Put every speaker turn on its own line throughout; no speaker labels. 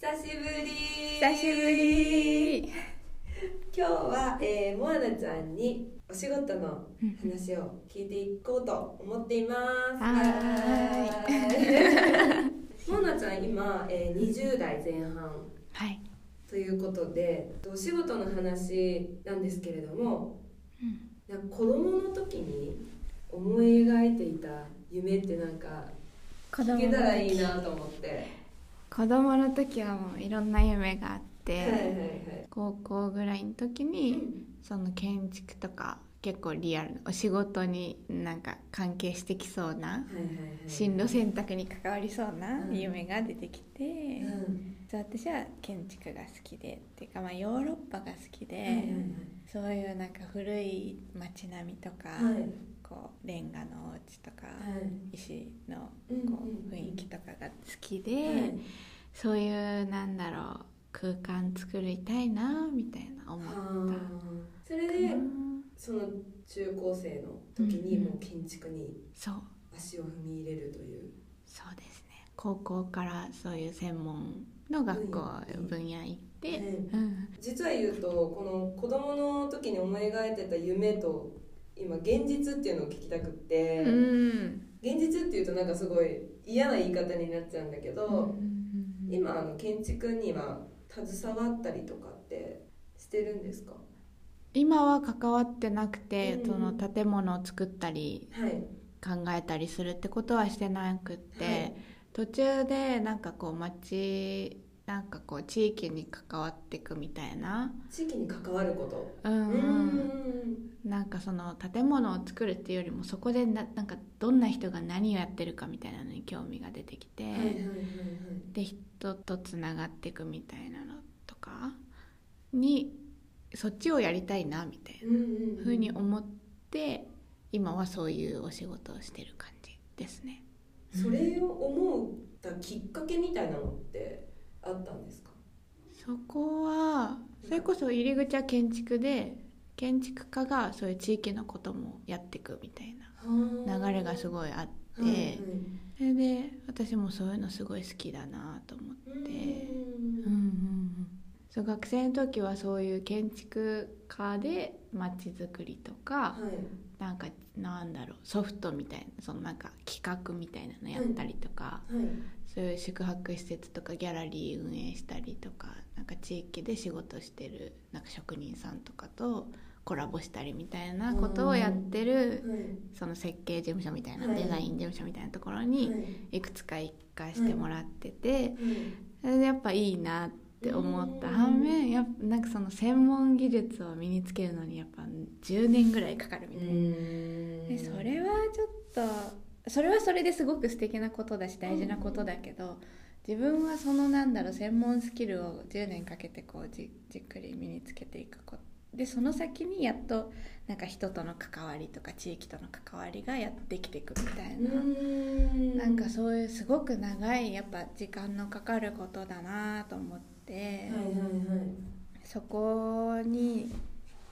久しぶり
久しぶり
今日は、えー、モアナちゃんにお仕事の話を聞いていこうと思っています
は
ーいモアナちゃん今、えー、20代前半
はい、
ということでお仕事の話なんですけれども
うん、
なんか子供の時に思い描いていた夢ってなんか
子
聞け
供
たら
の
いい
時
なと思って
子供の時はもういろんな夢があっ
は
て、
いはいはい
高校ぐらいの時にその建築とか結構リアルなお仕事になんか関係してきそうな
はいはいはい
進路選択に関わりそうな
うん
夢が出てきて、
うん
そう私は建築が好きでっていうかまあヨーロッパが好きで、
はいはいはい
そういうなんか古い街並みとか、
はいはい
こうレンガのお家とか、石の
うん
こ
う
う
ん
雰囲気とかが好きで、
はい
そういうなんだろう空間作りたいなみたいな思った
はあそれ
か
で
な
その中高生の時に
うん
もう建築に
そう
足を踏み入れるという
そうですね高校からそういう専門の学校
うん
分野行って、
ね
うん
実は言うとこの子供の時に思い描いてた夢と今現実っていうのを聞きたくって、
うん
現実っていうとなんかすごい嫌な言い方になっちゃうんだけ
うん
ど、今あの建築には携わったりとかってしてるんですか
今は関わってなくて、
うん
その建物を作ったり
はい
考えたりするってことはしてなくって、
はい
途中でなんかこう町なんかこう地域に関わっていくみたいな
地域に関わること
う
う
ん、うん、
ん
なんかその建物を作るっていうよりもそこでななんかどんな人が何をやってるかみたいなのに興味が出てきて、
はいはいはいはい
で人とつながっていくみたいなのとかにそっちをやりたいなみたいな
うんうんうん
ふうに思って今はそういうお仕事をしてる感じですね。
それを思ったきっかけみたいなのってあったんですか
そこはそれこそ入り口は建築で建築家がそういう地域のこともやっていくみたいな流れがす
い
ごいあって、
はいはい
それで私もそういうのすごい好きだなと思って、
うん
うんうんうんそう学生の時はそういう建築家で街づくりとか、
はい
なんかなんだろうソフトみたいなそのなんか企画みたいなのやったりとか、
はい
そういう宿泊施設とかギャラリー運営したりとかなんか地域で仕事してるなんか職人さんとかとコラボしたりみたいなことをやってる、
はい
その設計事務所みたいな、
はい
デザイン事務所みたいなところ
は
に
い
いくつか行かしてもらってて、
はい
それでやっぱいいなって思った
うん
反面やっぱなんかその専門技術を身につけるのにやっぱ10年ぐらいかかるみたいな。でそれはちょっとそれはそれですごく素敵なことだし大事なことだけど、自分はそのなんだろう専門スキルを10年かけてこうじじっくり身につけていくことでその先にやっとなんか人との関わりとか地域との関わりがやってきていくみたいな、
な
なんかそういうすごく長いやっぱ時間のかかることだなと思って、
はいはいはい
そこに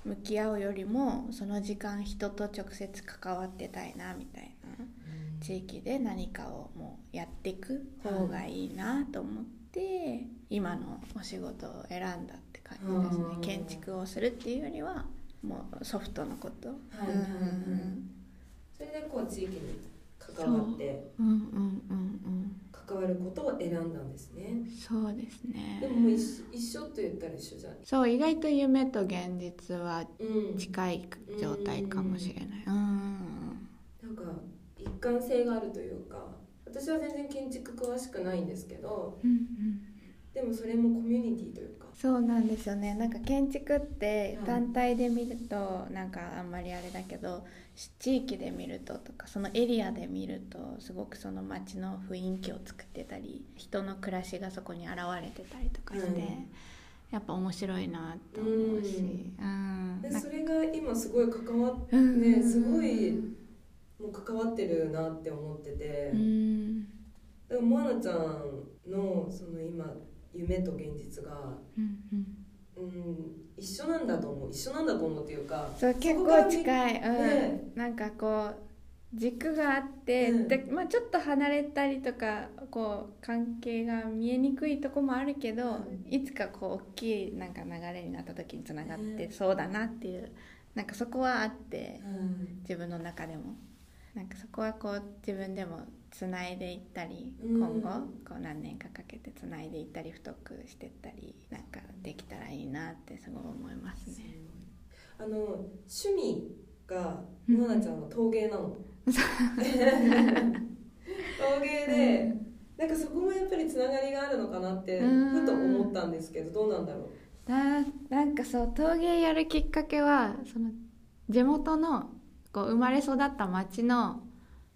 向き合うよりもその時間人と直接関わってたいなみたいな地域で何かをもうやっていく方がいいなと思って、今のお仕事を選んだって感じですね
うん
建築をするっていうよりはもうソフトのこと、
はいはいはいそれでこう地域に関わって
うんうんうん
関わることを選んだんですね
うんそうですね
でももう一緒一緒と言ったら一緒じゃん
そう意外と夢と現実は
うん
近い状態かもしれないうん
なんか一貫性があるというか私は全然建築詳しくないんですけど
うんうん
でもそれもコミュニティというか
そうなんですよねなんか建築って
うん
単体で見るとなんかあんまりあれだけど、し地域で見るととかそのエリアで見るとすごくその街の雰囲気を作ってたり人の暮らしがそこに現れてたりとかして、
うん
やっぱ面白いなと思うし、うん
で
なん
そ
か
れが今すごい関わっ
うん
ねすごいもう関わってるなって思ってて、
うん
だからモアナちゃんのその今夢と現実が、
うんうん
うん、一緒なんだと思う一緒なんだと思うっていうか
そう結構近い、
ね
うん、なんかこう軸があって、
うん
でまあ、ちょっと離れたりとかこう関係が見えにくいとこもあるけど、
うん
いつかこう大きいなんか流れになった時につながって
ね
そうだなっていう、なんかそこはあって
うん
自分の中でもなんかそこはこう自分でもつないでいったり、
うん
今後こう何年かかけてつないでいったり太くしてったりなんかできたらいいなってすごい思いますね。
あの趣味がモアナちゃんは陶芸なの陶芸で、なんかそこもやっぱりつながりがあるのかなって
うん
ふと思ったんですけどどうなんだろ、
ななんかそう陶芸やるきっかけはその地元のこう生まれ育った町の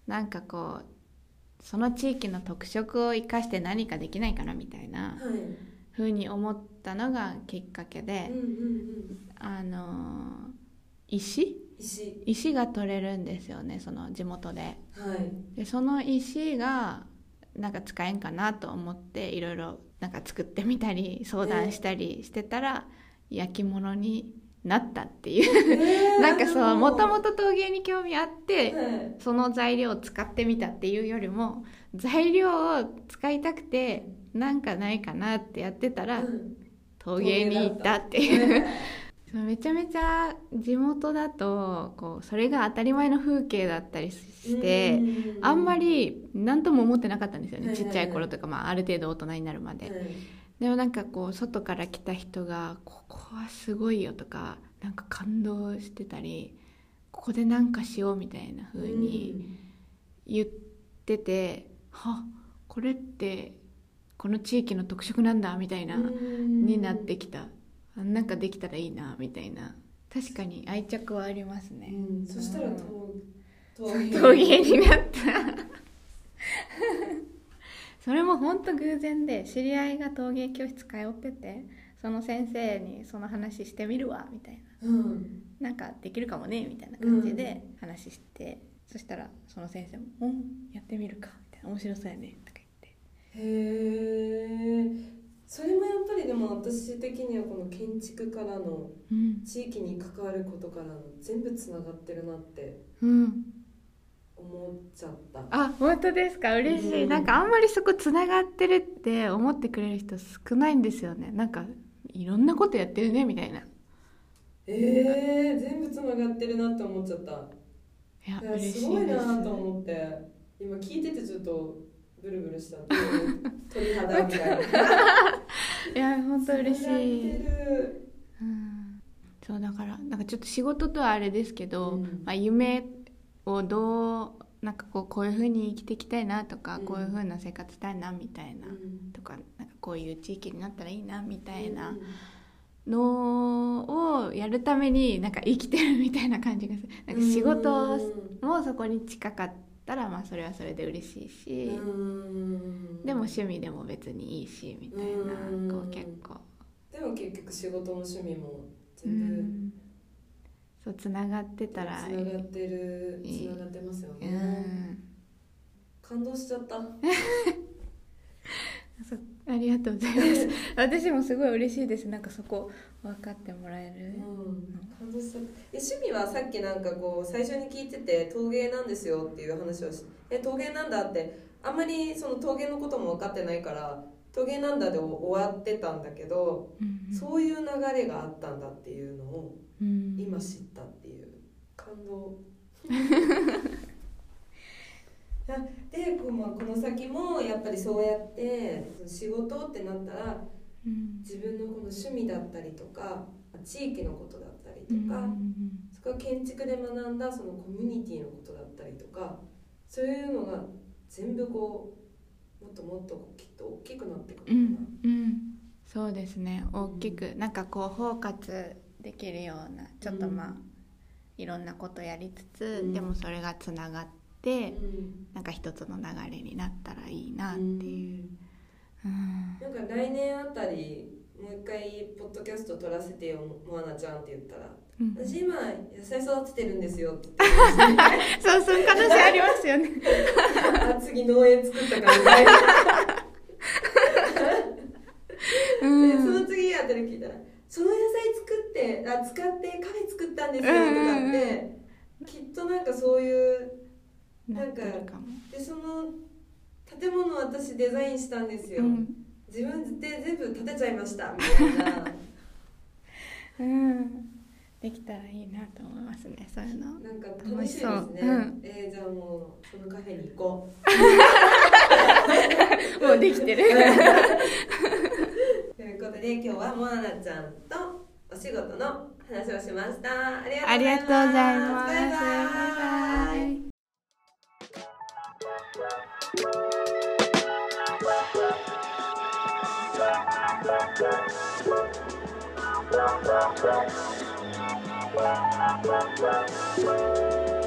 なんかこうその地域の特色を生かして何かできないかなみたいうな
はい
風に思ったのがきっかけ
うん
で、
うんうん、
あのー石
石
石が取れるんですよねその地元で。
はい
でその石がなんか使えんかなと思っていろいろなんか作ってみたり相談したりしてたら、焼き物になったっていう なんかそうもとも
と、
と陶芸に興味あって、
はい
その材料を使ってみたっていうよりも材料を使いたくてなんかないかなってやってたら、
うん
陶芸に行ったって
陶芸
い
だ
うそうめちゃめちゃ地元だとこうそれが当たり前の風景だったりして。
う
あんま、り何とも思ってなかったんですよ
は
ね
いはい
ち
は
っ
い
ちゃい頃とか、まあ、ある程度大人になるまで、
はい
でもなんかこう外から来た人が「ここはすごいよ」とかなんか感動してたり「ここでなんかしよう」みたいな風に言ってて「はこれってこの地域の特色なんだ」みたいな、
うん
になってきたあなんかできたらいいなみたいな確かに愛着はありますね、
うんそしたら
うん
陶
陶芸になった それも本当偶然で知り合いが陶芸教室通っててその先生にその話してみるわみたい
うん
ななんかできるかもねみたいな感じで話して、そしたらその先生も「うんやってみるか」みたいな「面白そうやね」とか言って
へえそれもやっぱりでも私的にはこの建築からの
うん、
地域に関わることからの全部つながってるなって
うん、
思っちゃった
あ本当ですか嬉しい、
うん
なんかあんまりそこつながってるって思ってくれる人少ないんですよねなんかいろんなことやってるねみたいな
えー、全部つながってるなって思っちゃった
いや
いや
嬉しいです
すごいなと思って今聞いててちょっとブルブルした鳥肌みたいな
いや本当嬉しい、
繋がってる
うん、そうだからなんかちょっと仕事とはあれですけど、
うん
まあ、夢をどうなんかこうこういう風に生きていきたいなとか、
うん
こういう風な生活したいなみたいな、
み
とかなんかこういう地域になったらいいなみたいなのをやるためになんか生きてるみたいな感じがするなんか仕事もそこに近かったらまあそれはそれで嬉しいし、でも趣味でも別にいいしみたいな、
うん
こう結構。
でも結局仕事も趣味も
う
全部
んそうつながって
つな
たらいい
がってる
いい
つながってますよ
う
ね
ん
感動しちゃった
そうありがとうございます 私もすごい嬉しいですなんかそこ分かってもらえ
う
る、
ん感動しちゃったえ趣味はさっきなんかこう最初に聞いてて陶芸なんですよっていう話をしえ陶芸なんだってあんまりその陶芸のことも分かってないから陶芸なんだで終わってたんだけど
うん
そういう流れがあったんだっていうのを
うん
今知ったっていう感動 あでこう、まあ、この先もやっぱりそうやって仕事ってなったら
うん
自分のこの趣味だったりとか地域のことだったり
う
とか、
ん
そこは建築で学んだそのコミュニティのことだったりとかそういうのが全部こうもっともっとこうきっと大きくなってく
う
るのか
んうんそうですね大きく、なんかこう包括できるようなちょっとまあ、
う
いろんなことやりつつ、
うん
でもそれがつながっ
な、
て、
うん
なんか一つの流れになったらいいなっていう、うん
なんか来年あたりもう一回ポッドキャスト撮らせてよモアナちゃんって言ったら
うん
私今野菜育ててるんですよって
そうそういう可能性ありますよね
言ってあ次農園作ったからみたいな
う
でそ
ん
の次やったら聞いたら「その野菜作ってあ使ってカフェ作ったんですよ」と
うんうん
か
うん
ってきっとなんかそういう
なってるかも
でその建物私デザインしたんですよ、
うん
自分で全部建てちゃいましたみたい な
うんできたらいいなと思いますねそういうの
なんか楽しいですね、
楽しそううん
えーじゃあもうそのカフェに行こう
もうできて る
ということで今日はモアナちゃんとお仕事の話をしましたあり
ありが
が
と
と
う
う
ご
ご
ざ
ざ
い
い
ます
ます
バイバイ
「